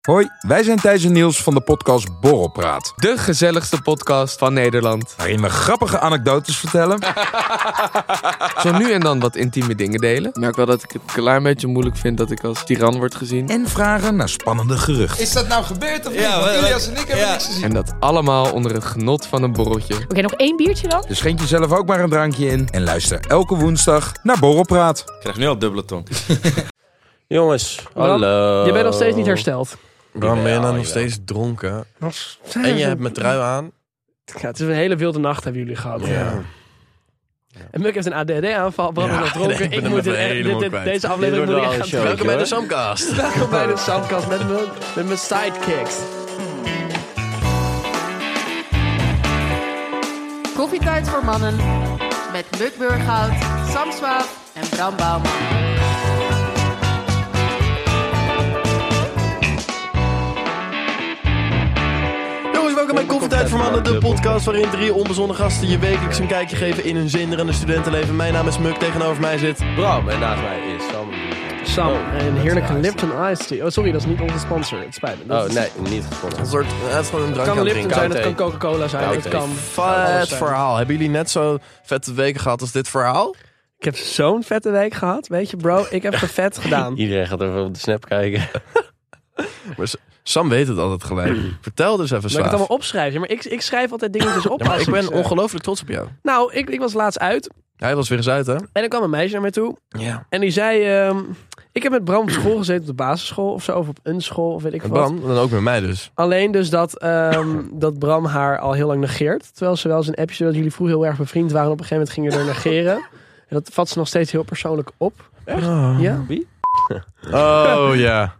Hoi, wij zijn Thijs en Niels van de podcast Borrelpraat. De gezelligste podcast van Nederland. Waarin we grappige anekdotes vertellen. Zo nu en dan wat intieme dingen delen. Ik merk wel dat ik het een klein beetje moeilijk vind dat ik als tiran word gezien. en vragen naar spannende geruchten. Is dat nou gebeurd of niet? Ja, Want wat- Ilias en ik hebben ja. niks gezien. En dat allemaal onder het genot van een borreltje. Oké, nog één biertje dan? Dus schenk jezelf ook maar een drankje in. En luister elke woensdag naar Borrelpraat. Ik krijg nu al dubbele tong. Jongens, Bram, hallo. Je bent nog steeds niet hersteld. Bram, ben je Jawel, nou nog jawel. steeds dronken? En je hebt mijn trui aan. Ja, het is een hele wilde nacht hebben jullie gehad. Ja. En Muk heeft een ADD-aanval. Bram Ja, is nog dronken. ik ben Ik, hem moet even dit- dit- helemaal dit- kwijt. deze aflevering moet ik echt gaan Welkom bij de drinken, Samcast. hoor. Welkom bij de Soundcast met mijn, met mijn sidekicks. Koffietijd voor mannen met Muk Burghout, Sam Swaap en Bram Bouwman. Jongens, welkom bij Koffietijd voor Mannen, de podcast waarin drie onbezonnen gasten je wekelijks een kijkje geven in hun zinderende studentenleven. Mijn naam is Muk, tegenover mij zit... Bram, en naast mij is Sam. Sam, Oh, een dat heerlijke is Lipton Ice Tea. Oh, sorry, dat is niet onze sponsor. Het spijt me. Dat Oh is- nee, niet gevonden. Een soort... eh, Het is gewoon een Het drankje kan aan het Lipton drinken. zijn, het Koud kan Coca-Cola zijn, Koud het thee. kan... Vet verhaal. Hebben jullie net zo vette weken gehad als dit verhaal? Ik heb zo'n vette week gehad. Weet je, bro, ik heb gevet gedaan. Iedereen gaat even op de snap kijken. Maar S- Sam weet het altijd gelijk. Vertel dus even, Dat ik Mm. het Slaaf. allemaal opschrijf. Ja, maar ik, ik schrijf altijd dingetjes op. Ja, maar als ik ben ze- ongelooflijk trots op jou. Nou, ik, ik was laatst uit. Hij was weer eens uit, hè? En er kwam een meisje naar mij toe. Ja. En die zei... ehm, ik heb met Bram op school gezeten, op de basisschool of zo. Of op een school, of weet ik En wat. Bram, dan ook met mij dus. Alleen dus dat, ehm, dat Bram haar al heel lang negeert. Terwijl ze wel eens een appje... dat jullie vroeger heel erg bevriend waren. Op een gegeven moment gingen er negeren. En dat vat ze nog steeds heel persoonlijk op. Ja? Oh ja.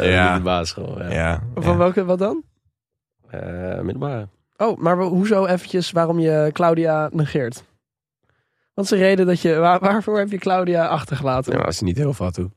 Ja. De basisschool, ja. Ja. Van welke, wat dan? Eh, middelbare. Oh, maar wa- hoezo eventjes waarom je Claudia negeert? Wat is de reden dat je... waar- waarvoor heb je Claudia achtergelaten? Nou, is niet heel vat toe.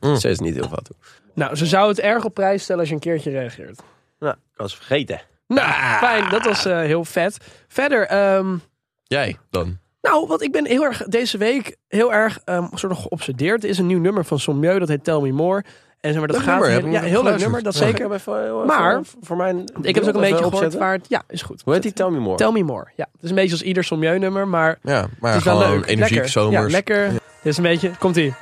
Mm. Ze is niet heel vat toe. Nou, ze zou het erg op prijs stellen als je een keertje reageert. Nou, ik was vergeten. Nou, fijn. Dat was eh, heel vet. Verder, ehm, Jij dan? nou, wat ik ben heel erg deze week heel erg ehm, soort van geobsedeerd. Er is een nieuw nummer van Sommieu, dat heet Tell Me More. En zeg maar, dat Leuk gaat nummer, heb heel, ik ja, nog heel leuk geluisterd. nummer, dat Ja. zeker. Maar- maar, eh, voor mijn... Ik heb het ook een beetje gehoord Waar... waar het- Ja, is goed. Hoe heet die Tell Me More? Tell Me More. Ja, het is een beetje als ieder Sommieu nummer, maar Ja, maar het is wel gewoon leuk. energiek lekker. zomers. Ja, lekker. Dit is een beetje... Komt-ie.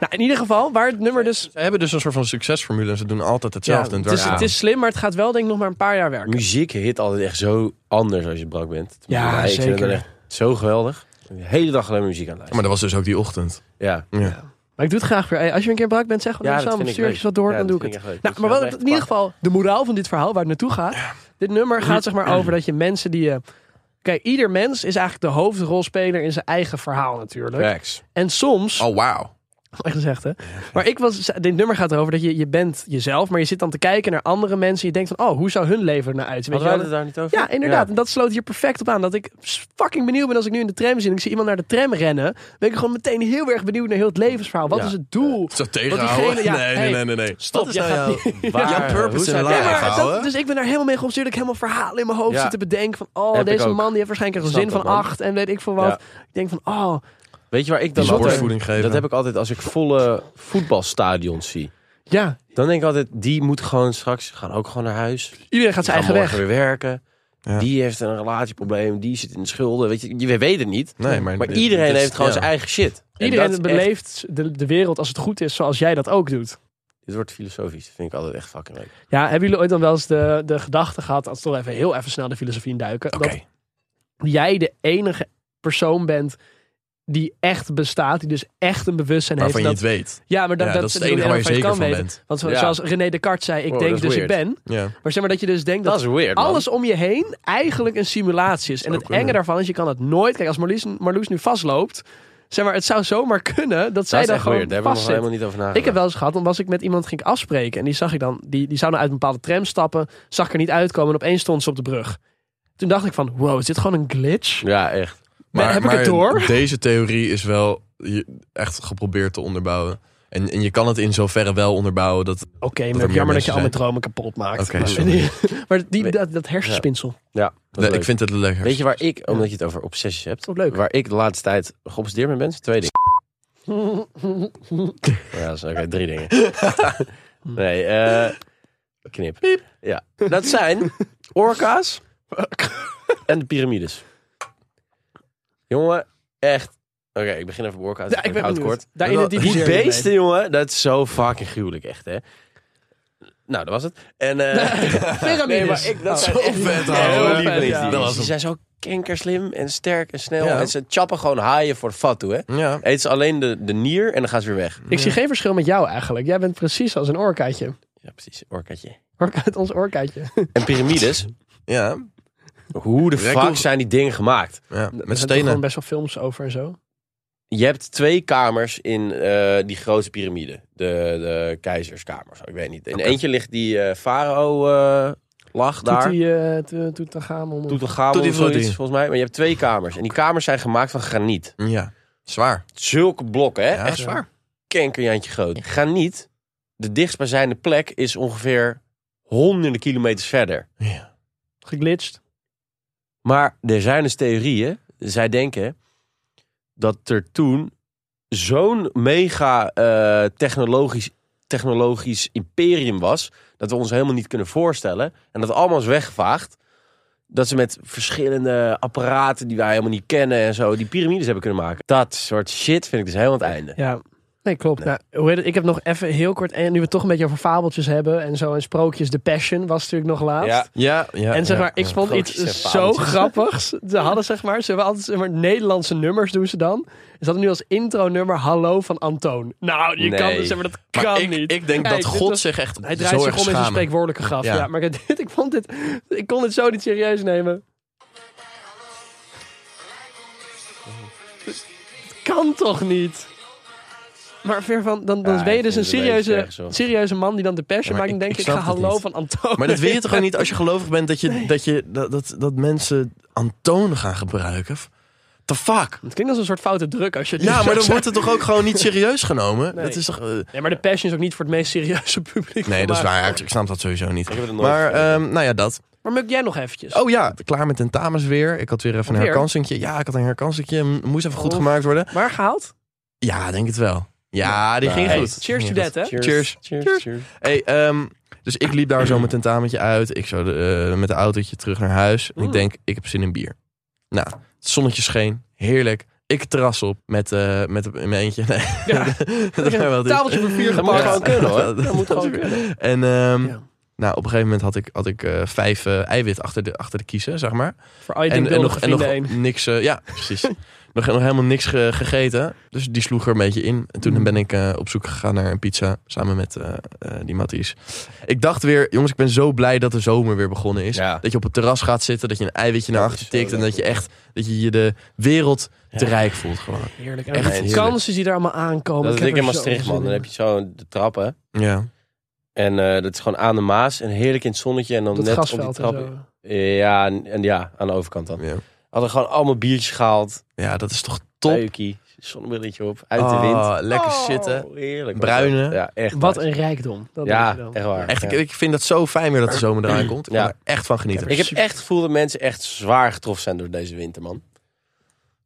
Nou, in ieder geval, waar het nummer dus Ze hebben dus een soort van succesformule en ze doen altijd hetzelfde. Ja, en het, is, werkt het is slim, maar het gaat wel denk ik nog maar een paar jaar werken. Muziek hit altijd echt zo anders als je brak bent. Ja, ik vind het zeker. dan echt zo geweldig. De hele dag alleen maar muziek aan het Maar luisteren. dat was dus ook die ochtend. Ja. Ja. Maar ik doe het graag weer. Hey, Als je een keer brak bent, zeg Ja, wat dat samen. vind ik Stuur leuk. eens wat door, Ja, dan doe dat ik het. vind ik echt leuk. Nou, Dat maar is wat, wel in echt ieder geval, de moraal van dit verhaal, waar het naartoe gaat. Dit nummer gaat zeg maar over dat je mensen die je... Kijk, ieder mens is eigenlijk de hoofdrolspeler in zijn eigen verhaal natuurlijk. Facts. En soms... Oh, wauw. Echt gezegd, hè? Maar ik was, dit nummer gaat erover dat je, je bent jezelf, maar je zit dan te kijken naar andere mensen. Je denkt van, oh, hoe zou hun leven er nou uitzien? Weet Hadden wij je het wel? daar niet over? Ja, inderdaad. En dat sloot hier perfect op aan. Dat ik fucking benieuwd ben als ik nu in de tram zit en ik zie iemand naar de tram rennen. Ben ik gewoon meteen heel erg benieuwd naar heel het levensverhaal. Wat Ja. is het doel? Is dat Want tegenhouden? diegene- ja, nee, hey, nee, nee, nee, nee. Stop, Wat jij nou gaat jouw- niet- jouw Waar- purpose hoe in zou life? jij- Nee, maar houden. dat- dus ik ben daar helemaal mee geobsedeerd. Ik heb helemaal verhalen in mijn hoofd Ja. zitten bedenken. Van, oh, Heb ik deze ook. man die heeft waarschijnlijk een Snap gezin van dat, man. acht en weet ik veel wat. Ja. Ik denk van, oh, Weet je waar ik dan Bijzonder. altijd... Borstvoeding geven. Dat heb ik altijd als ik volle voetbalstadions zie. ja, Dan denk ik altijd, die moet gewoon straks... gaan ook gewoon naar huis. Die iedereen gaat zijn gaan eigen weg. morgen weer werken. Ja. Die heeft een relatieprobleem. Die zit in de schulden. Weet je, je weet het niet. Nee, maar, Maar dit- iedereen dit is- heeft gewoon ja. zijn eigen shit. En dat Iedereen is echt- beleeft de, de wereld als het goed is, zoals jij dat ook doet. Dit wordt filosofisch. Dat vind ik altijd echt fucking leuk. Ja, hebben jullie ooit dan wel eens de, de gedachte gehad, als we toch even heel even snel de filosofie induiken, Oké. dat jij de enige persoon bent die echt bestaat, die dus echt een bewustzijn Waarvan je heeft. het weet. ja, maar dat, Ja, dat, dat is het dat je enige waar je ervan zeker kan van weten. bent. Want zo- Ja. zoals René Descartes zei, ik Wow, denk dat is dus ik weird. ben. Ja. Maar zeg maar dat je dus denkt Dat dat, is weird, man. alles om je heen eigenlijk een simulatie is. En het enge daarvan is, je kan het nooit... Kijk, als Marloes, Marloes nu vastloopt, zeg maar, het zou zomaar kunnen dat, zij is dan echt gewoon weird. Daar hebben we nog vastzit. helemaal niet over nagedacht. Ik heb wel eens gehad, dan was ik met iemand ging ik afspreken. En die zag ik dan, die, die zou dan uit een bepaalde tram stappen. Zag ik er niet uitkomen en opeens stond ze op de brug. Toen dacht ik van, wow, is dit gewoon een glitch? Ja, echt. heb ik het door? deze theorie is wel je- echt geprobeerd te onderbouwen. En, en je kan het in zoverre wel onderbouwen dat... Oké, er maar meer jammer dat mensen je al mijn zijn. dromen kapot maakt. Oké, maar sorry. maar die, dat, dat hersenspinsel, Ja, dat is Nee, leuk. ik vind het lekker. Weet je waar ik, omdat je het over obsessies hebt, toch leuk? waar ik de laatste tijd geobsedeerd mee ben, zijn twee dingen. Ja, dat zijn oké, drie dingen. nee, eh knip. Ja, dat zijn orka's en de piramides. Jongen, echt. Oké, ik begin even bij orka's. Ja, ik ben houd benieuwd. het kort. Daar identificeer Die je mee. beesten, jongen, dat is zo fucking gruwelijk, echt, hè? Nou, dat was het. En, eh Piramides. Oh, Nee, maar ik, dat zijn echt vet, heel ouwe. lieve Ja, beesten. ja. Die beesten zijn zo kinkerslim en sterk en snel. Ja. En ze chappen gewoon haaien voor de fat toe, hè? Ja. Eet ze alleen de, de nier en dan gaan ze weer weg. Ik zie geen verschil met jou eigenlijk. Jij bent precies als een orkaatje. Ja, precies. Orkaatje. Orka uit ons orkaatje. En piramides. Ja. Hoe de Rekkel- fuck zijn die dingen gemaakt? ja. Met Er zijn stenen. gewoon best wel films over en zo. Je hebt twee kamers in eh, die grote piramide. De, de keizerskamer. zo, Ik weet niet. In eentje ligt die eh, farao eh lag Daar. daar. Toet die Toetagamen. Doet een gabel of Toetie-vroetie. zoiets, volgens mij. Maar je hebt twee kamers. En die kamers zijn gemaakt van graniet. Ja. Zwaar. Zulke blokken, hè? Ja, Echt zwaar. kankerjantje groot. Graniet, de dichtstbijzijnde plek, is ongeveer honderden kilometers verder. Ja. Geglitcht. Maar er zijn dus theorieën. Zij denken dat er toen zo'n mega eh, technologisch, technologisch imperium was. Dat we ons helemaal niet kunnen voorstellen. En dat allemaal is weggevaagd. Dat ze met verschillende apparaten die wij helemaal niet kennen en zo, die piramides hebben kunnen maken. Dat soort shit vind ik dus helemaal het einde. Ja. Nee, klopt. Nou, hoe heet het? Ik heb nog even heel kort... En nu we het toch een beetje over fabeltjes hebben en zo en sprookjes. The Passion was natuurlijk nog laatst. Ja. Ja. ja en zeg maar, ik vond Sprookjes iets en zo fabeltjes. grappigs. Ze hadden zeg maar, ze hebben altijd zeg maar, Nederlandse nummers doen ze dan. Ze hadden nu als intro nummer Hallo van Antoon. Nou, je kan Nee. zeg maar, dat Maar kan ik, niet. ik denk Kijk, dat dit God was- zich echt Hij draait zo zich erg om in zijn schaamt. spreekwoordelijke graf. Ja, Ja. maar ik, dit, ik vond dit, ik kon dit zo niet serieus nemen. Het kan toch niet? Maar ver van, dan, dan Ja, ben je ik dus een vind het een beetje serieuze, erg, hoor. serieuze man die dan de passion Ja, maar maakt. En ik- denk ik ik, ga snap dat hallo niet. van Antoon. Maar dat wil je toch gewoon niet als je gelovig bent dat, je, dat, je, dat, dat, dat mensen Antoon gaan gebruiken? The fuck? Het klinkt als een soort foute druk als je het nu Ja, zo maar dan zegt. wordt het toch ook gewoon niet serieus genomen? Nee. Dat is toch... eh, Nee, maar de passion is ook niet voor het meest serieuze publiek. nee, dat is gemaakt. waar. Ik, ik snap dat sowieso niet. Ik heb het nog nooit Maar, gezien. ehm, nou ja, dat. Maar muk jij nog eventjes? Oh ja, klaar met tentamens weer. Ik had weer even een Weer? herkansingje. Ja, ik had een herkansingje. M- Moest even goed Oh. gemaakt worden. Maar gehaald? Ja, denk het wel. Ja, die ging Nice. goed. Cheers to Ging that, hè? Cheers. Cheers. Cheers. Hey, ehm, dus ik liep daar zo met een tamentje uit. Ik zo de, eh, met de autootje terug naar huis. En Mm. ik denk, ik heb zin in bier. Nou, het zonnetje scheen. Heerlijk. Ik het terras op met, eh met een- mijn eentje. Nee, Ja. dat is wel duur. Tafeltje voor vier Dat mag gepakt. gewoon kunnen, hoor. Dat- Dat moet gewoon kunnen. En ehm, Ja. nou, op een gegeven moment had ik, had ik eh, vijf eh, eiwit achter de, achter de kiezen, zeg maar. Voor al je en, en denkbeeldige nog, en nog vrienden heen. niks. eh, ja, precies. nog, nog helemaal niks ge- gegeten. Dus die sloeg er een beetje in. En Mm. toen ben ik eh, op zoek gegaan naar een pizza samen met eh, eh, die Matties. Ik dacht weer, jongens, ik ben zo blij dat de zomer weer begonnen is. Ja. Dat je op het terras gaat zitten, dat je een eiwitje naar achter tikt. En dat je echt dat je, je de wereld te rijk voelt gewoon. Heerlijk. Echt Echt de heerlijk. kansen die daar allemaal aankomen. Dat is heb dik in er zo Maastricht, zin man. Dan heb je zo de trappen. Ja. En eh, dat is gewoon aan de Maas. En heerlijk in het zonnetje. En dan Dat net op die gasveld en trappen. zo. Ja, en, en ja, aan de overkant dan. Ja. Hadden gewoon allemaal biertjes gehaald. ja, dat is toch top. Teukie, zonnebrilletje op, uit de wind. Ah, lekker zitten. Oh, heerlijk. Bruine. Ja, echt. Wat nice. een rijkdom. Dat denk je Ja, dan. echt waar. Echt, Ja. ik, ik vind dat zo fijn weer dat de zomer eraan komt. Ik Ja. kan er echt van genieten. Ik heb echt het gevoel dat mensen echt zwaar getroffen zijn door deze winter, man.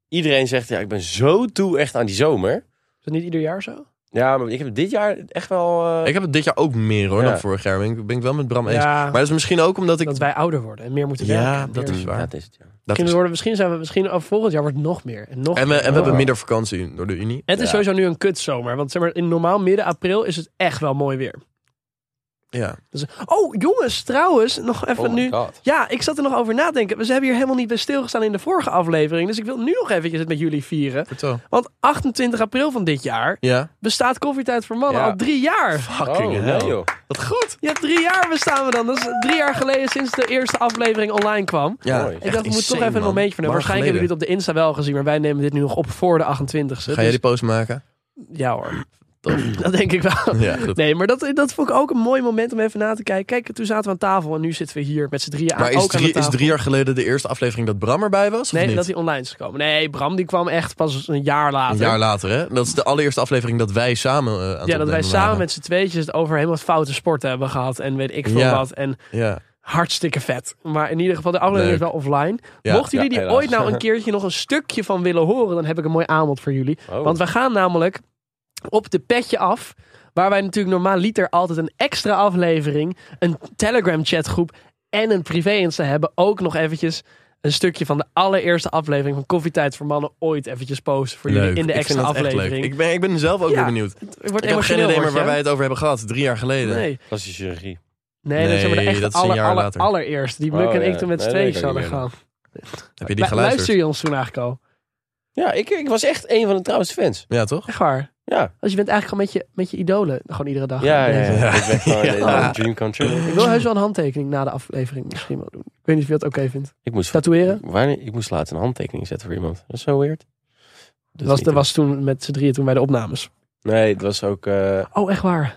Iedereen zegt, ja, ik ben zo toe echt aan die zomer. Is dat niet ieder jaar zo? Ja, maar ik heb dit jaar echt wel... eh, Ik heb het dit jaar ook meer hoor Ja. dan vorig jaar. Ben ik, ben ik wel met Bram eens. Ja, Maar dat is misschien ook omdat ik... Ah. dat wij ouder worden en meer moeten werken. ja, dat Meer- is ja, waar. dat is het, ja. Dat Misschien, is... worden, misschien zijn we misschien oh, volgend jaar wordt het nog meer. En, nog En, we, meer. en we hebben Oh. minder vakantie door de Unie. Het is Ja. sowieso nu een kutzomer. Want zeg maar, in normaal midden april is het echt wel mooi weer. Ja. Dus, oh, jongens, trouwens, nog even Oh my nu. god. Ja, ik zat er nog over na te denken. We hebben hier helemaal niet bij stilgestaan in de vorige aflevering. Dus ik wil nu nog eventjes het met jullie vieren. Vertel. Want 28 april van dit jaar Ja. bestaat Koffietijd voor Mannen Ja. al drie jaar. Oh, Fucking nee, hell. joh. Wat goed. Ja, drie jaar bestaan we dan. Dat is drie jaar geleden sinds de eerste aflevering online kwam. Ja, Mooi. ik dacht, we moeten toch even een momentje van hebben. Waarschijnlijk hebben jullie het op de Insta wel gezien, maar wij nemen dit nu nog op voor de 28ste. Ga jij die post maken? Dus- Ja hoor. Dat denk ik wel. Ja, goed. Nee, maar dat, dat vond ik ook een mooi moment om even na te kijken. Kijk, toen zaten we aan tafel en nu zitten we hier met z'n drieën aan, Maar is ook aan drie, de is tafel. drie jaar geleden de eerste aflevering dat Bram erbij was? Of Nee, niet? dat hij online is gekomen. Nee, Bram die kwam echt pas een jaar later. Een jaar later, hè? Dat is de allereerste aflevering dat wij samen eh, aan het ja, dat wij opnemen samen waren. met z'n tweetjes het over helemaal foute sporten hebben gehad en weet ik veel Ja. wat. En Ja. hartstikke vet. Maar in ieder geval, de aflevering is Leuk. wel offline. Ja, Mochten ja, jullie die helaas. ooit nou een keertje nog een stukje van willen horen, dan heb ik een mooi aanbod voor jullie. Oh. Want we gaan namelijk op de petje af. Waar wij natuurlijk normaal liter altijd een extra aflevering, een Telegram chatgroep en een privé Insta hebben. Ook nog eventjes een stukje van de allereerste aflevering van Koffietijd voor Mannen ooit eventjes posten voor jullie in de Ik extra vind dat echt leuk. aflevering. Ik ben, ik ben zelf ook Ja, weer benieuwd. Het wordt Ik heb geen emotioneel, idee meer word waar je, wij hè? het over hebben gehad. Drie jaar geleden. Nee, Plastische chirurgie. nee, dat is maar de Nee, echte dat is een aller, jaar aller, later. allereerste. Die Muk Oh, en ja. ik toen met Nee, z'n dat tweeën weet ik zouden niet meer. gaan. Heb je die Lu- geluisterd? Luister je ons toen eigenlijk al? Ja, ik, ik was echt een van de trouwste fans. Ja, toch? Echt waar. Ja. Dus je bent eigenlijk gewoon met je, met je idolen gewoon iedere dag. Ja, ja, bezig. ja. Ik ben gewoon Ja. een enorme dream come true. Ik wil heus wel een handtekening na de aflevering misschien wel doen. Ik weet niet of je dat oké vindt. Ik moest, Tatoeëren? wanneer, ik moest laatst een handtekening zetten voor iemand. Dat is zo weird. Dat is Dat was, niet dat was toen met z'n drieën toen bij de opnames. doen. Nee, het was ook... eh, Oh, echt waar?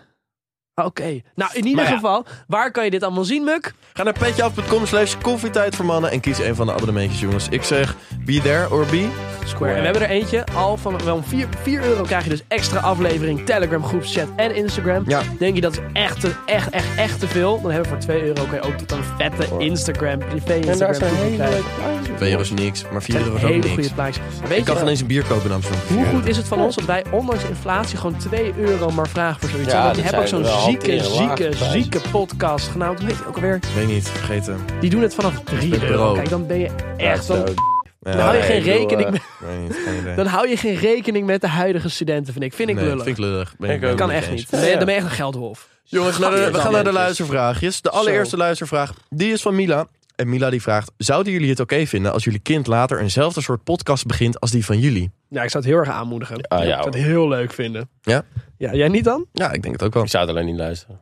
Ah, Oké. Nou, in ieder Maar ja. geval, waar kan je dit allemaal zien, Muk? Ga naar petjeaf.com slash koffietijd voor mannen en kies een van de abonnementjes, jongens. Ik zeg be there or be. Square. En we hebben er eentje. Al van wel 4, 4 euro krijg je dus extra aflevering, Telegram, groepschat en Instagram. Ja. Denk je dat is echt, te- echt, echt, echt te veel? Dan hebben we voor 2 euro kun je ook tot een vette Instagram, privé en Instagram daar zijn hele krijgen. leuke plaatjes op. 2 euro is niks, maar 4 euro is ook Hele niks. goede plaatjes. Weet Ik je kan wel- geen eens een bier kopen in Amsterdam. Hoe goed is het van ons dat wij ondanks inflatie gewoon 2 euro maar vragen voor zoiets? Ja, Want je dat hebt ook zijn zo'n wel zieke, hanteren lage zieke, prijzen. zieke podcast genaamd, hoe heet die ook alweer? Weet niet, vergeten. Die doen het vanaf 3 Met euro. bureau. Kijk, dan ben je echt, Ja, dan, zo. Ja, dan hou je nee, geen ik bedoel, rekening eh, met, Weet niet, geen idee. dan hou je geen rekening met de huidige studenten, vind ik. Vind ik Nee, lullig. Vind ik lullig. Ben Ik ook. het kan niet echt eens. niet. Dan ben je, Ja. dan ben je echt een geldwolf. Jongens, naar de- we gaan naar de luistervraagjes. De allereerste Zo. luistervraag, die is van Mila. En Mila die vraagt, zouden jullie het oké vinden als jullie kind later eenzelfde soort podcast begint als die van jullie? Ja, ik zou het heel erg aanmoedigen. Ah, ja, ik zou het heel leuk vinden. Ja? Ja, jij niet dan? Ja, ik denk het ook wel. Ik zou het alleen niet luisteren.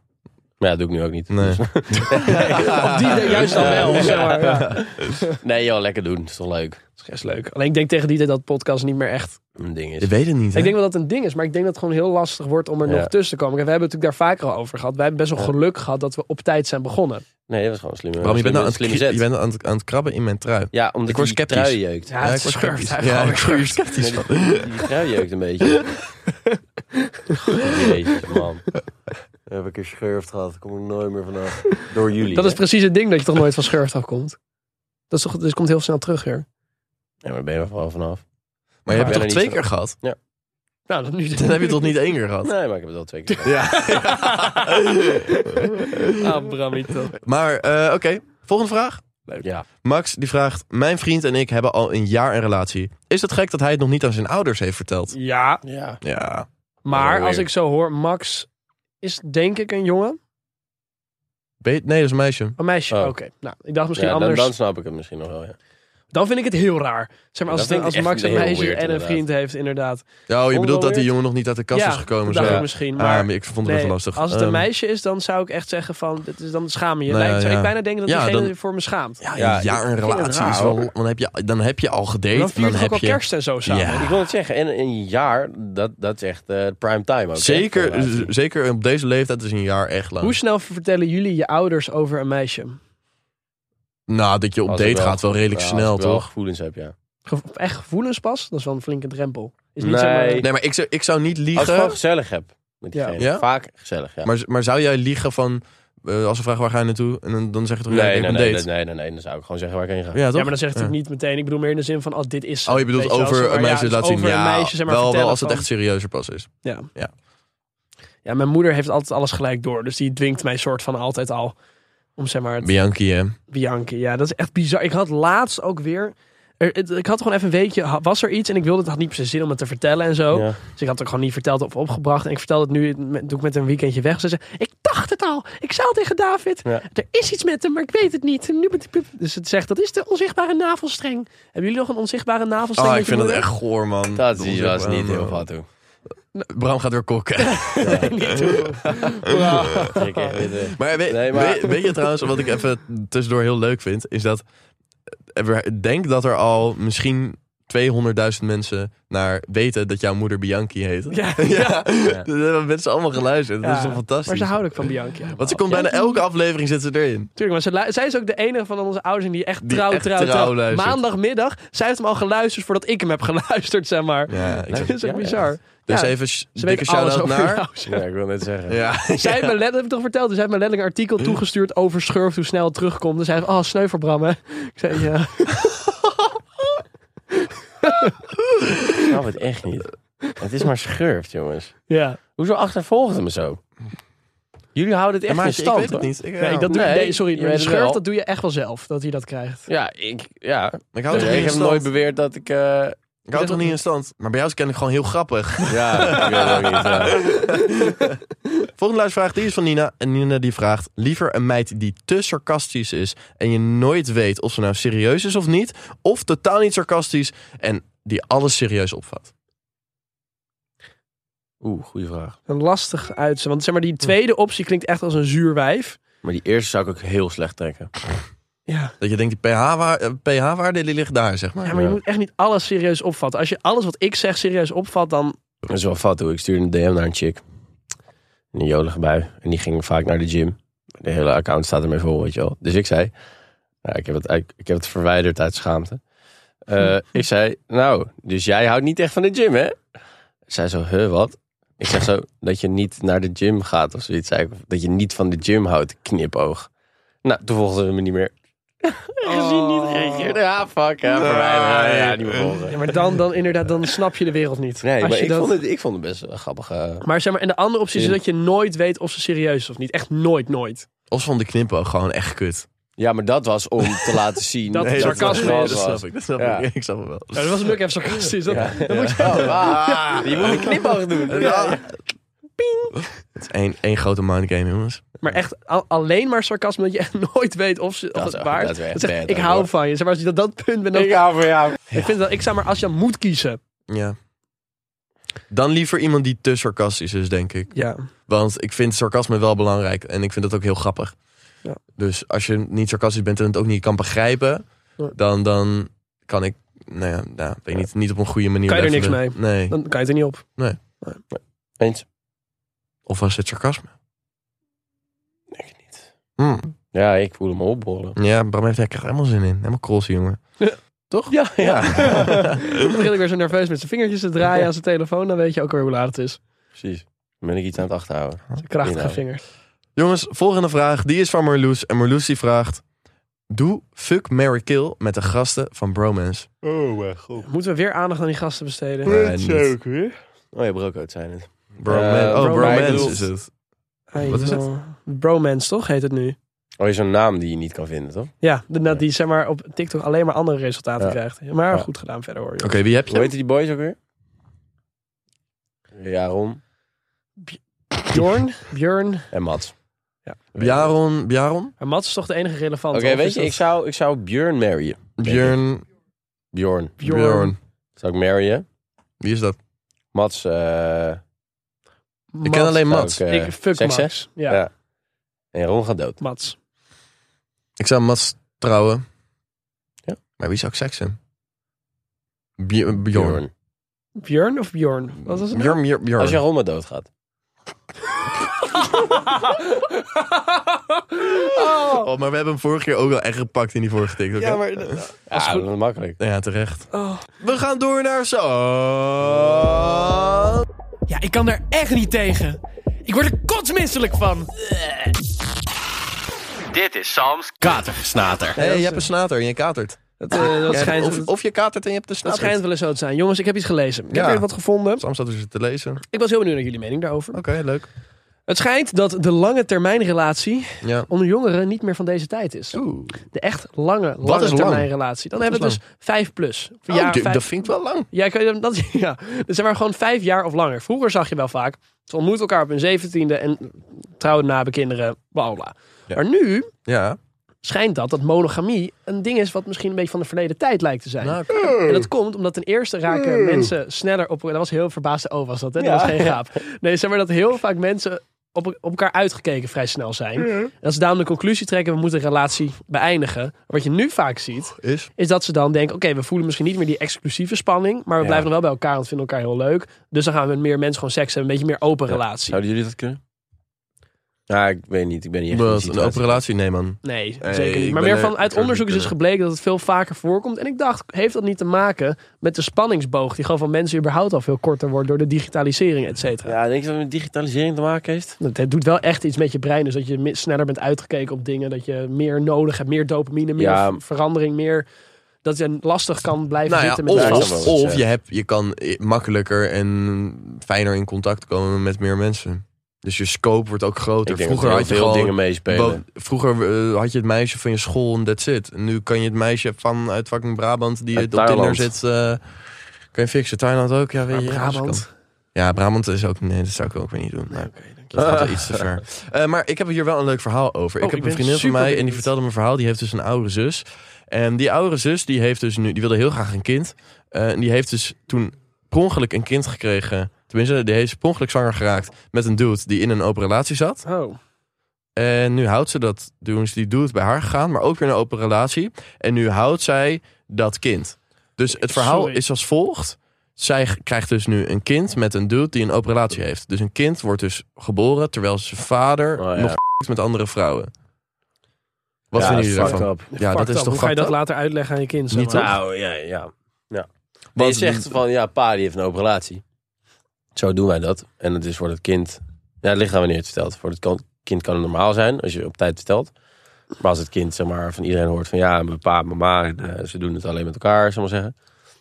Maar ja, dat doe ik nu ook niet. Oh. Nee. Dus- Of die deed juist dan wel. zeg maar. Ja. nee joh, lekker doen. Is toch leuk? Dat is best leuk. Alleen ik denk tegen die tijd dat podcast niet meer echt Een ding is. Ik weet het niet, hè? Ik denk wel dat het een ding is, maar ik denk dat het gewoon heel lastig wordt om er Ja. nog tussen te komen. Kijk, We hebben het natuurlijk daar vaker al over gehad. Wij hebben best wel Ja. geluk gehad dat we op tijd zijn begonnen. Nee, dat was gewoon een slimme, Bram, je bent, slimme, nou aan, het, slimme kri- zet. je bent aan, het, aan het krabben in mijn trui. Ja, omdat Ik word die sceptisch. trui jeukt. Ja, het ik word schurft. sceptisch. Hij Ja, gewoon ik word hier sceptisch van. Die trui jeukt een beetje. Jeetje, man. Heb ik een schurft gehad. Kom er nooit meer vanaf. Door jullie. Dat is hè? precies het ding dat je toch nooit van schurft afkomt. Dat is toch, dus komt heel snel terug weer. Ja, maar ben je er vooral vanaf. Maar je hebt het Ik ben toch er twee niet keer gehad? Nou, dat nu. Dan heb je het toch niet één keer gehad? Nee, maar ik heb het al twee keer gedaan. Ja. Ah, Bramito. maar eh, oké, volgende vraag. Ja. Max die vraagt: Mijn vriend en ik hebben al een jaar een relatie. Is het gek dat hij het nog niet aan zijn ouders heeft verteld? Ja, Ja. Ja. maar Weird. als ik zo hoor, Max is denk ik een jongen. Ben je- nee, dat is een meisje. Een meisje, Oh. oké. Nou, ik dacht misschien Ja, dan, anders. dan Dan, snap ik het misschien nog wel, ja. vind ik het heel raar. Zeg maar, Dat als, vind het, ik als echt Max een heel meisje weird, en een inderdaad. vriend heeft, inderdaad. Ja, oh, je bedoelt dat Onbeweerd? die jongen nog niet uit de kast ja, is gekomen. dat Zo. dacht ik Ja. misschien. Ah, Maar ik vond het Nee, wel lastig. Als het een Ehm, meisje is, dan zou ik echt zeggen van, dit is, dan schaam je je. Nou ja, Lijkt, zou ik ja. bijna denken dat Ja, diegene dan- voor me schaamt. Ja, Ja, een jaar een het relatie raar, is wel. Want dan heb je, dan heb je al gedate. dan Dan, viert heb ook al je. kerst en zo samen. Ja. Ik wil het zeggen, en een jaar, dat, dat is echt eh, prime time ook. hè, voor Zeker, een relatie. zeker op deze leeftijd is een jaar echt lang. Hoe snel vertellen jullie je ouders over een meisje? Nou, dat je op Als date ik wel- gaat wel redelijk ja, als snel, ik wel toch? gevoelens heb, ja. Ge- echt gevoelens pas? Dat is wel een flinke drempel. Is niet Nee. zomaar- Nee, maar ik zou, ik zou niet Als ik liegen. gewoon gezellig heb met Ja. diegene. Ja? Vaak gezellig, ja. Maar, maar zou jij liegen van. eh, als ze vragen waar ga je naartoe? En dan, dan zeg je toch. nee, ja, ik nee, heb nee, een nee, date. nee, nee, nee, dan zou ik gewoon zeggen waar ik heen ga. Ja, toch? Ja, maar dan zegt hij het niet meteen. Ik bedoel meer in de zin van, oh, dit is ze. Oh, je bedoelt Weet wel, over zeg maar, een meisje ja, dus laten zien. Over ja, een meisje, zeg maar, wel, wel vertellen als het van- echt serieuzer pas is. Ja. Ja. ja, mijn moeder heeft altijd alles gelijk door. Dus die dwingt mij soort van altijd al om zeg maar het- Bianchi, hè? Bianchi, ja, dat is echt bizar. Ik had laatst ook weer. er- het- ik had gewoon even een weekje. ha- Was er iets en ik wilde het had niet precies zin om het te vertellen en zo. Oh. Ja. Dus ik had het ook gewoon niet verteld of opgebracht. En ik vertelde het nu. met- Doe ik met een weekendje weg. Ze zei: Ik dacht het al. Ik zei al tegen David. Ja. Er is iets met hem, maar ik weet het niet. En Nu, moet ik- dus het zegt: Dat is de onzichtbare navelstreng. Hebben jullie nog een onzichtbare navelstreng? Oh, ik met je vind dat moeder? echt goor, man. Dat is Onzichtbaar, was niet man. heel vat, hoor. Bram gaat weer kokken. Trek echt niet, eh. maar weet, Nee, maar- weet- weet je trouwens, wat ik even tussendoor heel leuk vind, is dat. eh, we- Denk dat er al misschien 200.000 mensen naar weten dat jouw moeder Bianchi heette. Ja. ja. Dat hebben mensen allemaal geluisterd. Dat Ja. is toch fantastisch. Maar ze houden ook van Bianca. Want ze komt bijna elke aflevering zit ze erin. Tuurlijk, maar ze lu- zij is ook de enige van onze ouders die echt Die trouw, echt trouw, trouw trouw. luistert. Maandagmiddag, zij heeft hem al geluisterd voordat ik hem heb geluisterd, zeg maar. Ja, ik dat zeg, is ook bizar. dus Ja, even sh- Ze dikke weet alles shout-out over naar. jou. Ja, ik wil net zeggen. Ja. Zij heeft me letterlijk, heb ik toch verteld, dus zij heeft me letterlijk een artikel toegestuurd over Schurf, hoe snel het terugkomt. Dus zij heeft, oh, sneu voor Bram, hè. Ik zei, ja. Ik snap het echt niet. Het is maar schurft, jongens. ja. Hoezo achtervolgt het me zo? Jullie houden het echt maar in ik stand, weet het hoor. niet. Ik, eh, Nee, ja. dat doe, Nee, nee, sorry, je maar weet het Schurf, wel. dat doe je echt wel zelf, dat hij dat krijgt. Ja, ik, ja. ik hou het Dus ik toch niet heb in stand. nooit beweerd dat ik... eh, Ik hou het toch niet in stand. Maar bij jou is het kennelijk gewoon heel grappig. Ja, ik weet het ook niet. ja. Volgende luistervraag, die is van Nina. En Nina die vraagt, liever een meid die te sarcastisch is... en je nooit weet of ze nou serieus is of niet... of totaal niet sarcastisch en die alles serieus opvat. Oeh, goede vraag. Een lastig uit, want zeg maar, die tweede optie klinkt echt als een zuur wijf. Maar die eerste zou ik ook heel slecht trekken. Ja. Dat je denkt, die pH-waarde die ligt daar, zeg maar. Ja, maar je moet echt niet alles serieus opvatten. Als je alles wat ik zeg serieus opvat, dan... Dat is wel fat, hoor. Ik stuurde een DM naar een chick. In een jolige bui. En die ging vaak naar de gym. De hele account staat ermee vol, weet je wel. Dus ik zei... Nou, ik, heb het, uit- ik heb het verwijderd uit schaamte. Eh, ik zei, nou, dus jij houdt niet echt van de gym, hè? Zij zo, huh, wat? Ik zeg zo, dat je niet naar de gym gaat of zoiets. Zei ik, of dat je niet van de gym houdt, knipoog. Nou, toen volgden ze me niet meer. Gezien Oh. niet gereageerd. Ja, fuck, ja, verwijderd. Ja, niet meer volgen. Ja, maar dan, dan inderdaad, dan snap je de wereld niet. Nee, Als maar je ik, dat- vond het, ik vond het best wel grappig. eh. Maar zeg maar, en de andere optie is Ja. dat je nooit weet of ze serieus is of niet. Echt nooit, nooit. Of ze vond de knipoog gewoon echt kut. Ja, maar dat was om te laten zien Dat het het sarcasme gras is, dat dat snap ik. Dat snap Ja. ik. Ik snap het wel. Ja, Nou, dat was natuurlijk even sarcastisch. Dat, dat moet je- Oh, ah, je moet een knipoog doen. Ja. Het is één, één grote mindgame, jongens. Maar echt al- alleen maar sarcasme dat je echt nooit weet of, ze, of Dat is het echt- waar is. dat is echt Dat is echt, bad ik ook, hou hoor. van je. Zeg maar, als je dat, dat punt bent, dan... Ik, hou voor jou. vind dat, ik zou maar, als je dan moet kiezen. Ja. Dan liever iemand die te sarcastisch is, denk ik. Ja. Want ik vind sarcasme wel belangrijk en ik vind dat ook heel grappig. Ja. Dus als je niet sarcastisch bent en het ook niet kan begrijpen, Ja. dan, dan kan ik, nou ja, nou, weet ik niet, niet op een goede manier. Kan je er niks leveren. Nee. Dan kan je het er niet op. Eens? Of was het sarcasme? Denk ik niet. Hm. Ja, ik voel hem opbollen. Ja, Bram heeft daar helemaal zin in. Helemaal cross, jongen. Toch? Ja, ja. Dan begin ik weer zo nerveus met zijn vingertjes te draaien aan zijn telefoon. Dan weet je ook weer hoe laat het is. Precies. Dan ben ik iets aan het achterhouden. Zijn krachtige Inhouden. vingers. Jongens, volgende vraag. Die is van Marloes. En Marloes die vraagt, doe fuck, Mary kill met de gasten van Bromance. Oh, mijn god. Moeten we weer aandacht aan die gasten besteden? Nee, niet. Oh ja, broodcoat zijn het. Broman- Eh, oh, Bro- Bromance Bedoel- is het. I Wat is know. Bromance, toch? Heet het nu. Oh, je zo'n naam die je niet kan vinden, toch? Ja, de, dat die zeg maar, op TikTok alleen maar andere resultaten Ja. krijgt. Maar Ja. goed gedaan verder hoor. Oké, wie heb Hoe je? heet die boys ook weer? Jaron Bjorn, Bjorn. en Mats. Ja. Bjaron, Bjaron? Maar Mats is toch de enige relevante. Oké, of weet is je, dat ik zou, ik zou Björn marryen. Björn, Björn. Bjorn. Bjorn. Zou ik marryen? Wie is dat? Mats, eh... Ik ken alleen zou Mats. Ik, eh, Ik fuck seks, hè? Max. Ja, Ja. En Ron gaat dood. Mats. Ik zou Mats trouwen. Ja. Maar wie zou ik seksen? Bj- eh, Bjorn. Bjorn of Bjorn? Wat was het? nou? Bjorn, Bjorn, Bjorn. Als Jaron maar dood gaat. Oh. Oh, maar we hebben hem vorige keer ook wel echt gepakt in die vorige TikTok. hè? Ja, maar... Ja, dat is makkelijk. Ja, terecht. Oh. We gaan door naar zo. Oh. Ja, ik kan daar echt niet tegen. Ik word er kotsmisselijk van. Dit is Sam's Hé, hey, je hebt een snater en je katert. Dat, eh, dat, Ja, schijnt, of, of je katert en je hebt een dat snater. schijnt wel eens zo te zijn. Jongens, ik heb iets gelezen. Ik Ja. heb weer wat gevonden. Sam staat dus te lezen. Oké, Ik was heel benieuwd naar jullie mening daarover. leuk. Het schijnt dat de lange termijnrelatie Ja. Oh, onder jongeren niet meer van deze tijd is. Oeh. De echt lange, Wat lange is lang? termijnrelatie. Dan Wat hebben we is dus 5 plus. Of een Oh, jaar d- vijf- dat vind ik wel lang. Ja, kun je- dat, ja, dus zeg maar gewoon vijf jaar of langer. Vroeger zag je wel vaak, ze ontmoeten elkaar op hun zeventiende en trouwen na kinderen, bla bla, bla. Ja. Maar nu Ja. schijnt dat dat monogamie een ding is wat misschien een beetje van de verleden tijd lijkt te zijn. Nou, Hmm. En dat komt omdat ten eerste raken oh, mensen sneller op... Dat was heel verbaasde O was dat, hè? Dat was geen gaap. Nee, zeg maar dat heel vaak mensen op, op elkaar uitgekeken vrij snel zijn. Hmm. En dat ze daarom de conclusie trekken, we moeten een relatie beëindigen. Wat je nu vaak ziet, Is? is dat ze dan denken, oké, we voelen misschien niet meer die exclusieve spanning, maar we Ja. blijven nog wel bij elkaar, want we vinden elkaar heel leuk. Dus dan gaan we met meer mensen gewoon seks hebben, een beetje meer open relatie. Zouden jullie dat kunnen? Nou, ik weet niet. Ik ben niet echt in die Wat, een open situatie. relatie? Nee, man. Nee, Nee, zeker niet. ik Maar ben meer er- van, ik uit zou het onderzoek is niet dus gebleken dat het veel vaker voorkomt. En ik dacht, heeft dat niet te maken met de spanningsboog die gewoon van mensen überhaupt al veel korter wordt door de digitalisering, et cetera? Ja, denk je dat het met digitalisering te maken heeft? Dat het doet wel echt iets met je brein. Dus dat je mi- sneller bent uitgekeken op dingen. Dat je meer nodig hebt. Meer dopamine, meer Ja. v- verandering, meer... Dat je lastig kan blijven Nou ja, zitten met elkaar. of, mensen. of, Ja, dat is, je, hebt, je kan eh, makkelijker en fijner in contact komen met meer mensen. Dus je scope wordt ook groter. Ik denk Vroeger dat er had je heel veel gewoon... dingen meespelen. Bo- Vroeger eh, had je het meisje van je school en that's it. En nu kan je het meisje van uit fucking Brabant die Uit het op Tinder Thailand. zit, eh, kan je fixen. Thailand ook, ja, weet Maar je. ja, dat Brabant. kan. Ja, Brabant is ook, nee, dat zou ik ook weer niet doen. Maar dat gaat wel iets te ver. Eh, maar ik heb hier wel een leuk verhaal over. Oh, ik heb ik een ben vriendin van super mij en die benieuwd. vertelde me een verhaal. Die heeft dus een oudere zus. En die oudere zus, die heeft dus nu, die wilde heel graag een kind. Eh, en die heeft dus toen per ongeluk een kind gekregen. Tenminste, die heeft per ongeluk zwanger geraakt met een dude die in een open relatie zat. Oh, En nu houdt ze dat. Dus die doet bij haar gegaan, maar ook weer een open relatie. En nu houdt zij dat kind. Dus het verhaal Sorry. is als volgt. Zij g- krijgt dus nu een kind met een dude die een open relatie heeft. Dus een kind wordt dus geboren terwijl zijn vader Oh, ja. nog met andere vrouwen. Wat Ja, vinden jullie fucked daarvan? up. Ja, fucked dat is up. toch Hoe ga fucked je dat up? later uitleggen aan je kind? zeg Niet maar? Nou, ja, ja. ja. Want- je zegt van, ja, pa die heeft een open relatie. Zo doen wij dat. En het is voor het kind... Ja, het ligt aan wanneer je het vertelt. Voor het kan- kind kan het normaal zijn, als je op tijd vertelt. Maar als het kind, zeg maar, van iedereen hoort van... Ja, mijn pa en mijn ma, eh, ze doen het alleen met elkaar, zal ik maar zeggen.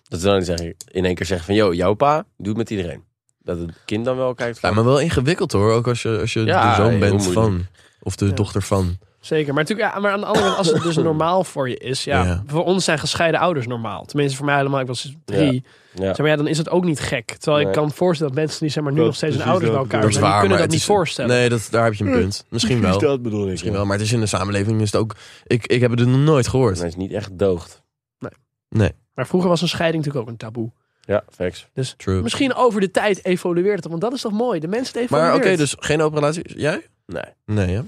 Dat ze dan zeg, in één keer zeggen van... Yo, jouw pa doet het met iedereen. Dat het kind dan wel kijkt van... Lijkt me wel ingewikkeld hoor, ook als je, als je Ja, de zoon heel bent moeilijk. van. Of de dochter van. Zeker. Maar, natuurlijk, ja, maar aan de andere kant, als het dus normaal voor je is. Ja, Ja. Voor ons zijn gescheiden ouders normaal. Tenminste, voor mij helemaal. Ik was dus drie. ja. Zeg maar, ja, dan is het ook niet gek. Terwijl Nee. ik kan voorstellen dat mensen die zeg maar, nu Dat nog steeds hun precies ouders bij dat elkaar bedoel Dat is zijn, die waar, kunnen maar dat het niet is- voorstellen. Nee, dat, daar heb je een punt. Misschien wel. dat bedoel ik. Misschien wel, maar het is in de samenleving is het ook... Ik, ik heb het er nog nooit gehoord. Hij is niet echt doogd. Maar vroeger was een scheiding natuurlijk ook een taboe. Ja, facts. True. Misschien over de tijd evolueert het, want dat is toch mooi? De mensen het evolueert. Maar oké, dus geen open relatie. Jij? Nee. Nee, hè?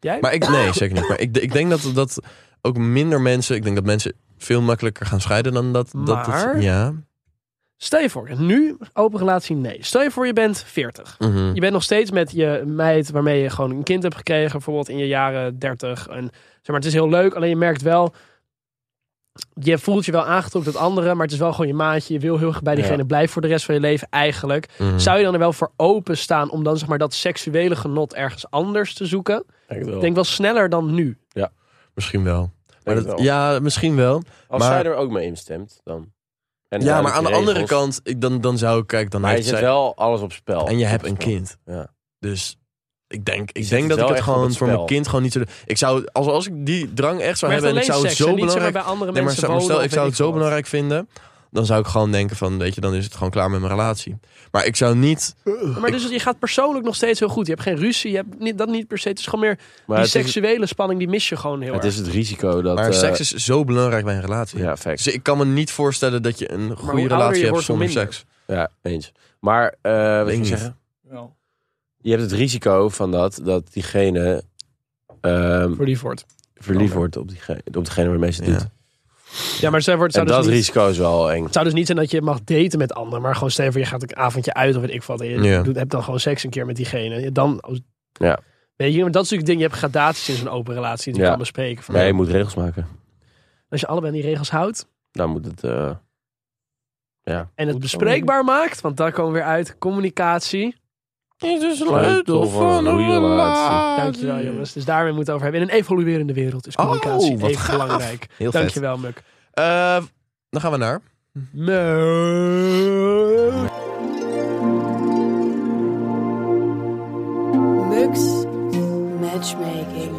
Jij? Maar ik, nee, zeker niet. Maar ik, ik denk dat, dat ook minder mensen... Ik denk dat mensen veel makkelijker gaan scheiden dan dat... dat Maar- het, ja. Stel je voor, nu open relatie, nee. Stel je voor, je bent 40. Mhm. Je bent nog steeds met je meid waarmee je gewoon een kind hebt gekregen, bijvoorbeeld in je jaren 30. En, zeg maar, het is heel leuk, alleen je merkt wel, je voelt je wel aangetrokken tot anderen, maar het is wel gewoon je maatje. Je wil heel graag bij diegene Ja. blijven voor de rest van je leven eigenlijk. Mhm. Zou je dan er wel voor openstaan om dan zeg maar dat seksuele genot ergens anders te zoeken? Echt Ik wel. denk wel sneller dan nu. Misschien wel. Maar dat, Denk het wel. Ja, misschien wel. Als Maar- zij er ook mee instemt, dan. En Ja, maar aan de regels. andere kant, ik, dan, dan zou ik... Kijk, dan Maar je heeft zet zij... wel alles op spel. En je hebt Op een spel. kind. Ja. Dus ik denk, ik zet denk het dat wel ik het echt op gewoon het voor mijn spel. kind gewoon niet zo... Ik zou, als, als ik die drang echt zou Maar hebben... En ik alleen zou het zo seks en niet zeg belangrijk maar bij andere Nee, maar mensen stel, stel, wonen ik of zou weet het zo wat. belangrijk vinden. Dan zou ik gewoon denken van, weet je, dan is het gewoon klaar met mijn relatie. Maar ik zou niet... Maar dus je gaat persoonlijk nog steeds heel goed. Je hebt geen ruzie, je hebt niet, dat niet per se. Het is gewoon meer Maar die het, is, seksuele spanning, die mis je gewoon heel het erg. is het risico dat. Maar eh, seks is zo belangrijk bij een relatie. Ja, facts. Dus ik kan me niet voorstellen dat je een hoe goede ouder je relatie hebt wordt, hoe zonder minder. seks. Ja, eens. Maar eh wat wil ik niet. zeggen? Je hebt het risico van dat, dat diegene ehm, Voor die voort. verliefd wordt op diegene, op degene waarmee ze het Ja. doet. Ja, maar zij wordt, En zou dat dus niet, risico is wel eng. het zou dus niet zijn dat je mag daten met anderen, maar gewoon stel je voor, je gaat een avondje uit of weet ik wat. En je Ja. doet, hebt dan gewoon seks een keer met diegene. Je Dan, Ja. Weet je, maar dat is natuurlijk het ding. Je hebt gradaties in zo'n open relatie die je Ja. kan bespreken. Van, Nee, je moet regels maken. Als je allebei aan die regels houdt, Dan moet het. eh, En het bespreekbaar maakt, want daar komen we weer uit. Communicatie. sleutel van een goede relatie. Dankjewel jongens. Dus daarmee moeten we het over hebben. In een evoluerende wereld is communicatie Oh, wat even gaaf. belangrijk. Heel vet. Dankjewel Muk. Eh, dan gaan we naar... Mux Matchmaking.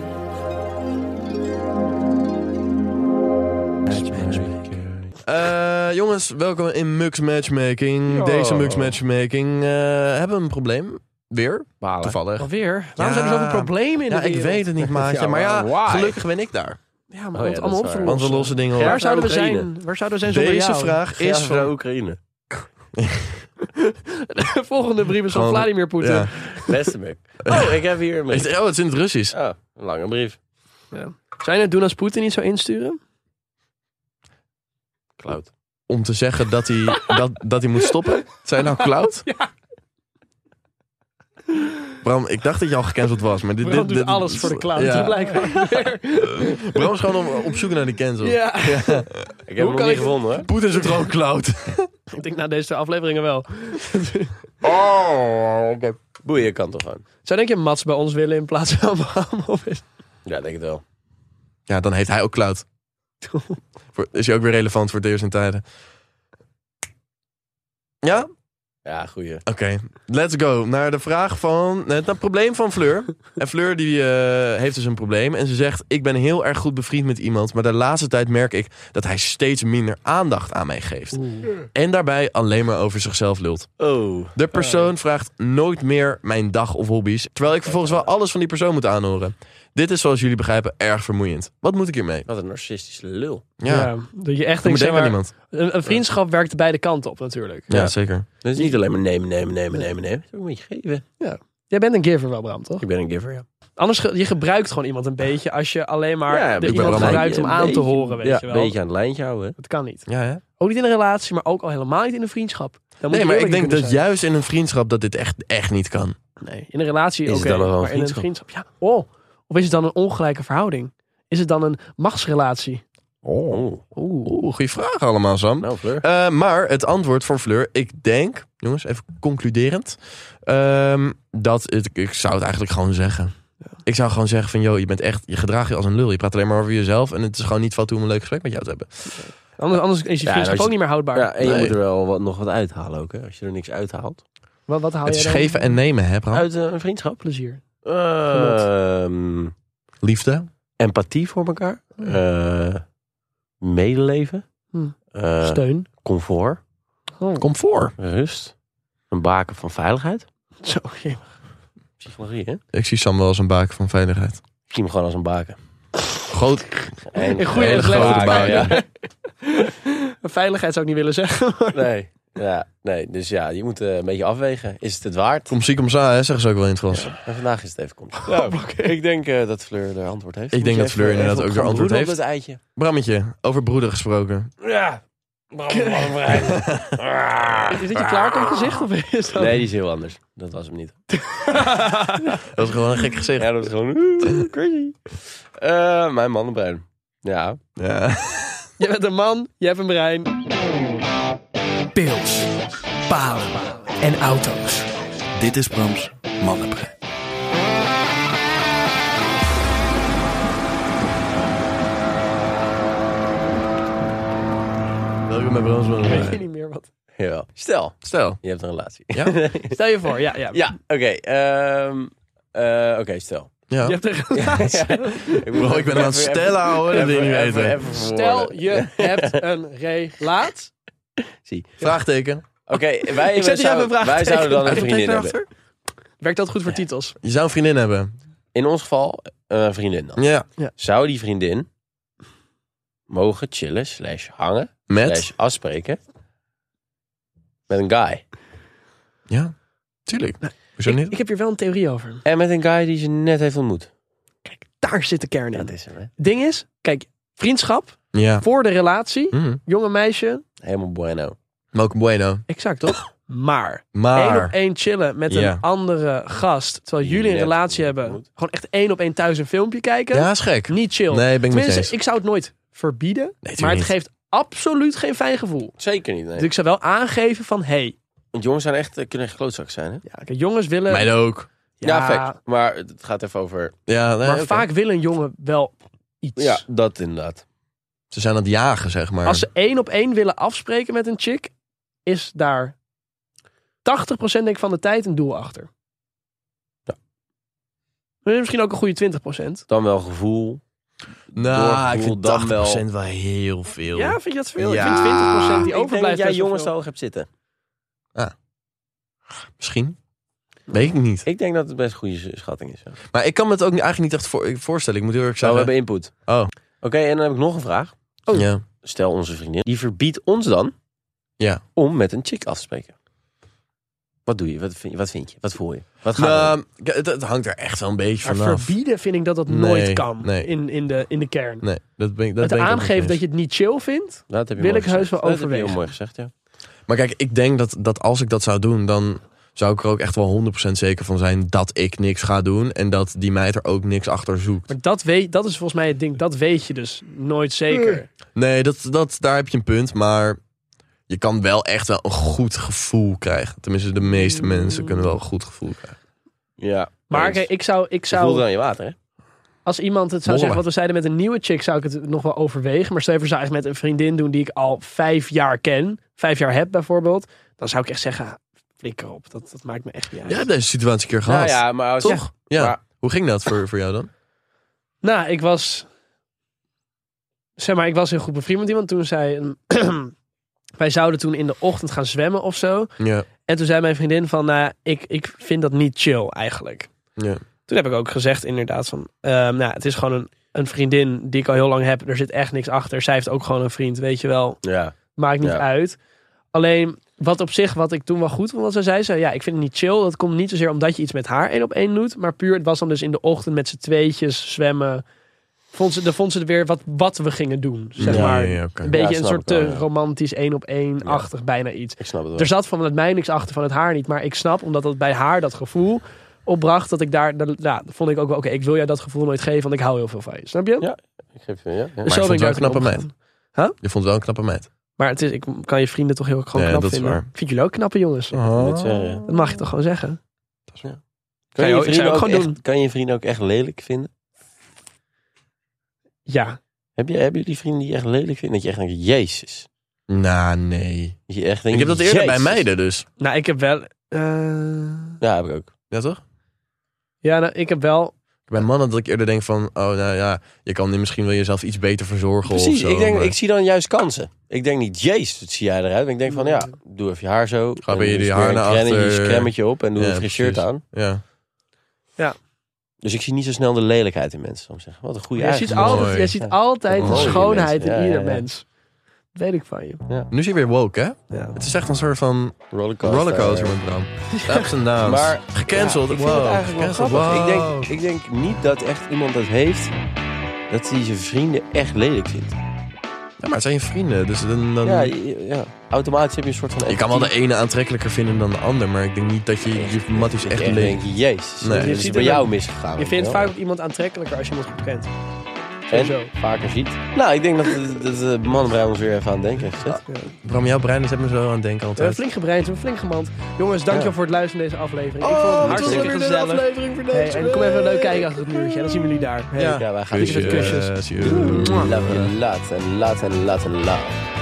Eh, jongens, welkom in Mux Matchmaking. Ja. Deze Mux Matchmaking eh, hebben we een probleem. Weer, Balen. toevallig. Alweer? Waarom Ja. zijn er zoveel problemen in Ja, de ik wereld? weet het niet, maatje. Ja, maar ja, why? gelukkig ben ik daar. Ja, maar Oh ja, om dat het allemaal is op te waar. Want lossen. we lossen dingen op. Waar zouden we Oekraïne. zijn? Waar zouden we zijn zonder Deze jou? vraag Is is van van... Oekraïne. De volgende brief is van Gewoon- Vladimir Poetin. Ja. Westermuk. Oh, ik heb hier een brief. Oh, het is in het Russisch. Oh, een lange brief. Zou je het doen als Poetin niet zou insturen? Cloud. Om te zeggen dat hij, dat, dat hij moet stoppen. Zijn nou cloud? Bram, ik dacht dat je al gecanceld was. Maar dit, Bram dit, doet dit- alles voor de clown. Ja. Blijkbaar. Bram is gewoon op, op zoek naar die cancel. ja. Ik heb hem nog kan niet ik- gevonden, hoor. Poetin is ook gewoon cloud. Ik denk na deze twee afleveringen wel. Oh, oké. Boeien, kan toch gewoon. Zou denk je Mats bij ons willen in plaats van Bram? Of is- Ja, denk het wel. Ja, dan heet hij ook cloud. Voor- Is hij ook weer relevant voor het eerst in tijden. Ja? Oké. Ja, goeie. Let's go. Naar de vraag van... eh, Het probleem van Fleur. En Fleur die eh, heeft dus een probleem. En ze zegt, ik ben heel erg goed bevriend met iemand. Maar de laatste tijd merk ik dat hij steeds minder aandacht aan mij geeft. En daarbij alleen maar over zichzelf lult. Oh. De persoon vraagt nooit meer mijn dag of hobby's. Terwijl ik vervolgens wel alles van die persoon moet aanhoren. Dit is zoals jullie begrijpen erg vermoeiend. Wat moet ik hiermee? Wat een narcistische lul. Ja, ja. Dat je moet echt denkt, denken zeg aan maar, iemand. een, een vriendschap werkt beide kanten op natuurlijk. Ja, zeker. Dat is niet Oh. alleen maar nemen, nemen, nemen, nemen, nemen. Dat moet je geven. Jij bent een giver wel, Bram, toch? Ik ben een giver, ja. Anders, ge- je gebruikt gewoon iemand een beetje als je alleen maar Ja, de ik ben iemand wel gebruikt om een aan te beetje- horen, weet ja, je een wel. beetje aan het lijntje houden. Dat kan niet. Ja, hè? Ook niet in een relatie, maar ook al helemaal niet in een vriendschap. Dan moet Nee, je maar ik eerlijk denk dat kunnen zijn. juist in een vriendschap dat dit echt, echt niet kan. Nee, in een relatie Is oké, het dan nog wel een maar in een vriendschap... Ja, oh. Of is het dan een ongelijke verhouding? Is het dan een machtsrelatie? Oh. Oeh. Oeh, goede vraag allemaal, Sam. Nou, Fleur. Eh, maar het antwoord van Fleur, ik denk, jongens, even concluderend, ehm, dat het, ik zou het eigenlijk gewoon zeggen. Ik zou gewoon zeggen van, joh, je bent echt, je gedraagt je als een lul. Je praat alleen maar over jezelf en het is gewoon niet van toe om een leuk gesprek met jou te hebben. Anders, anders is die Ja, vriendschap als je- ook niet meer houdbaar. Ja, en je Nee. moet er wel wat, nog wat uithalen ook, hè. Als je er niks uithaalt. Wat, wat haal het je is geven en nemen, hè, Bram? Uit eh, een vriendschap. plezier. Ehm, Liefde. empathie voor elkaar. Eh, medeleven. Hm. Eh, Steun. comfort. Comfort. Rust. Een baken van veiligheid. Zo, jee. Psychologie, hè? Ik Ik zie Sam wel als een baken van veiligheid. zie hem gewoon als een baken. Groot, En, Een goede hele uitleg. grote baken, Veiligheid zou ik niet willen zeggen. ja. Nee. Ja, nee. Dus ja, je moet eh, een beetje afwegen. Is het het waard? kom ziek om za, hè, zeggen ze ook wel in het Frans. En vandaag is het even komt. Ik denk eh, dat Fleur de antwoord heeft. Ik Moet denk je dat Fleur even- inderdaad even ook haar gaan antwoord broeden heeft. Op het eitje. Brammetje, over broeder gesproken. Ja. Is dit je klaar op gezicht? Of is dat... Nee, die is heel anders. Dat was hem niet. Dat is gewoon een gek gezicht. Ja, dat is gewoon oeh, crazy. Eh, mijn mannenbrein. Ja. Ja. Je bent een man, je hebt een brein. pils, palen en auto's. Dit is Brams Mannenbrein. Welkom bij Brams van Weet je de niet meer wat. ja. Stel, Stel. je hebt een relatie. Stel je voor, ja, ja. Ja, oké. ehm, eh, oké, stel. Ja. Je hebt een relatie. Ik, moet Bro, ik ben aan even- het even- stellen, hoor. Dat wil je niet even- weten. even Stel, verwoorden. je hebt een relaat. Vraagteken. Oké, wij, Ik zet wij, hier even een zouden, wij vraagteken zouden dan een vriendin Vraagteken hebben. Werkt dat goed voor titels? Je zou een vriendin hebben. In ons geval, eh, een vriendin dan. Ja. Zou die vriendin mogen chillen, slash hangen, Met? slash afspreken met een guy? Ja. Tuurlijk. Hoezo Ik, niet? ik heb hier wel een theorie over. En met een guy die ze net heeft ontmoet. Kijk, daar zit de kern in. is hem, hè? Ding is, kijk, vriendschap Ja. voor de relatie. Mm. Jonge meisje, Helemaal bueno. Malcolm Bueno. exact toch? Maar één op Maar. één chillen met Ja. een andere gast. Terwijl Die jullie een net relatie hebben. moet. Gewoon echt één op één thuis een filmpje kijken. Ja, is gek. Niet Nee, chill. ben ik met je Tenminste, eens. ik zou het nooit verbieden. tuurlijk maar het niet. geeft absoluut geen fijn gevoel. Zeker niet, nee. Dus ik zou wel aangeven van... Hey, Want jongens zijn echt, eh, kunnen echt klootzak zijn, hè? ja, kijk, jongens willen... Mij ook. Ja, fact. Maar het gaat even over... Ja, nee, maar oké. vaak wil een jongen wel iets. Ja, dat inderdaad. Ze zijn aan het jagen, zeg maar. Als ze één op één willen afspreken met een chick... is daar 80% denk ik van de tijd een doel achter. Ja. Maar Misschien ook een goede 20%. Dan wel gevoel. nou, ik doorgevoel vind dan 80% wel heel veel. Ja, vind je dat veel? Ja. Ik vind 20% die Ik denk overblijft dat jij best wel jongens veel. hoog hebt zitten. Misschien. Weet ik niet. Ik denk dat het best een goede s- schatting is. Ja. Nou, Maar ik kan me het ook niet- eigenlijk niet echt voor, voorstellen. Ik moet heel eerlijk we zeggen. hebben input. Oh. Oké, en dan heb ik nog een vraag. Oh. Ja. Stel onze vriendin, die verbiedt ons dan Ja. om met een chick af te spreken. Wat doe je? Wat vind je? Wat, vind je? wat voel je? Wat gaat Nou, er? k- het, het hangt er echt wel een beetje Maar vanaf. verbieden vind ik dat dat nooit Nee, kan nee. in, in, de, in de kern. Nee, dat ben ik. Dat het ben ik ook niet aangeven eens. dat je het niet chill vindt. Dat heb je Wil mooi ik heus gezegd. wel Dat heb je heel overwegen. mooi gezegd, ja. Maar kijk, ik denk dat, dat als ik dat zou doen, dan zou ik er ook echt wel 100% zeker van zijn dat ik niks ga doen. En dat die meid er ook niks achter zoekt. Maar dat, weet, dat is volgens mij het ding. Dat weet je dus nooit zeker. Nee, dat, dat, daar heb je een punt. Maar je kan wel echt wel een goed gevoel krijgen. Tenminste, de meeste Mm. mensen kunnen wel een goed gevoel krijgen. Ja. Maar eens. kijk, ik zou, ik Je voelt zou het aan je water, hè? als iemand het zou Bollen. zeggen wat we zeiden met een nieuwe chick, zou ik het nog wel overwegen. Maar stel je voor, zou ik het met een vriendin doen die ik al vijf jaar ken, vijf jaar heb bijvoorbeeld, dan zou ik echt zeggen, flikker op. Dat, dat maakt me echt niet uit. Jij hebt deze situatie een keer gehad. Nou ja, maar als- Toch? Ja. Maar- Hoe ging dat voor, voor jou dan? Nou, ik was. Zeg maar, ik was heel goed bevriend met iemand. Toen zei. een- wij zouden toen in de ochtend gaan zwemmen of zo. Ja. En toen zei mijn vriendin van. nou, ik, ik vind dat niet chill eigenlijk. ja. Toen heb ik ook gezegd, inderdaad, van. ehm, nou, het is gewoon een, een vriendin die ik al heel lang heb. Er zit echt niks achter. Zij heeft ook gewoon een vriend, weet je wel. Ja. Maakt niet Ja. uit. Alleen wat op zich, wat ik toen wel goed vond, was zij zei ze, ja, ik vind het niet chill. Dat komt niet zozeer omdat je iets met haar één op één doet, maar puur het was dan dus in de ochtend met z'n tweetjes zwemmen. Vond ze, dan vond ze het weer wat, wat we gingen doen, zeg Ja, maar. ja, ja, oké. Een beetje Ja, een snap soort ik wel, te ja. romantisch één op één-achtig bijna iets. Ik snap het wel. Er zat vanuit mij niks achter, vanuit haar niet. Maar ik snap, omdat dat bij haar dat gevoel opbracht, dat ik daar, dat, ja, vond ik ook wel, oké, ik wil jou dat gevoel nooit geven, want ik hou heel veel van je. Snap je? Ja, ik geef je, ja. ja. Dus Maar je vond het wel daar een knappe mee meid. omgegaan. Je vond het wel een knappe meid. Maar het is, ik kan je vrienden toch heel erg gewoon Ja, knap dat is vinden. waar. Vind jullie ook knappe jongens? Ik wil het zeggen, ja. Dat mag je toch gewoon zeggen? Kan je Oh. ook- je ik vrienden zou ook ook gewoon echt- Kan je je vrienden ook echt lelijk vinden? Ja. Heb je, heb je die vrienden die je echt lelijk vinden? Dat je echt denkt, jezus. Nou, nee. Dat je echt denkt, Ik heb dat eerder bij jezus. meiden dus. Nou, ik heb wel... eh, Ja, heb ik ook. Ja, toch? ja, nou, ik heb wel... Bij mannen dat ik eerder denk van, oh nou ja, je kan misschien wel jezelf iets beter verzorgen of Precies, zo. ik, denk, maar ik zie dan juist kansen. Ik denk niet, jezus, wat zie jij eruit? Maar ik denk van, ja, Mm. doe even je haar zo. Ga bij je En die smeer haar een naar krennetje, achter. een kremmetje op en doe Ja, een fris shirt precies. aan. Ja, Dus ik zie niet zo snel de lelijkheid in mensen. Om te zeggen, wat een goede Je ziet, eigenschap. altijd, Mooi. je ziet altijd de Mooie schoonheid mensen. Ja, in ieder ja, ja. mens. Dat weet ik van je. nu is je weer woke, hè? Ja. Het is echt een soort van Rollercoaster. rollercoaster met Bram. Ups en downs. Maar- gecanceld. Ja, ik vind het wow. eigenlijk wel Gecanceld. grappig. Ik, Wow. denk, ik denk niet dat echt iemand dat heeft, dat hij zijn vrienden echt lelijk vindt. Ja, maar het zijn je vrienden, dus dan... dan Ja, je- ja, automatisch heb je een soort van... je kan wel de ene aantrekkelijker vinden dan de ander, maar ik denk niet dat je je matties echt echt leuk. denk, je, jezus, Nee. dat Je is ziet bij het jou wel. misgegaan. Je weet vindt wel. vaak iemand aantrekkelijker als je iemand goed kent. Sowieso. En vaker ziet. Nou, ik denk dat, dat de mannen bij ons weer even aan het denken heeft gezet. Bram, jouw brein zet me zo aan het denken We hebben altijd. flink gebreind, we hebben flink gemand. Jongens, dankjewel voor het luisteren naar deze aflevering. ik vond het hartstikke gezellig. Hey, en kom even leuk kijken achter het muurtje. En dan zien we jullie daar. Hey. Ja. Ja, wij gaan eh, Kusjes. Kusjes. Love you, laat en laat en laat en laat.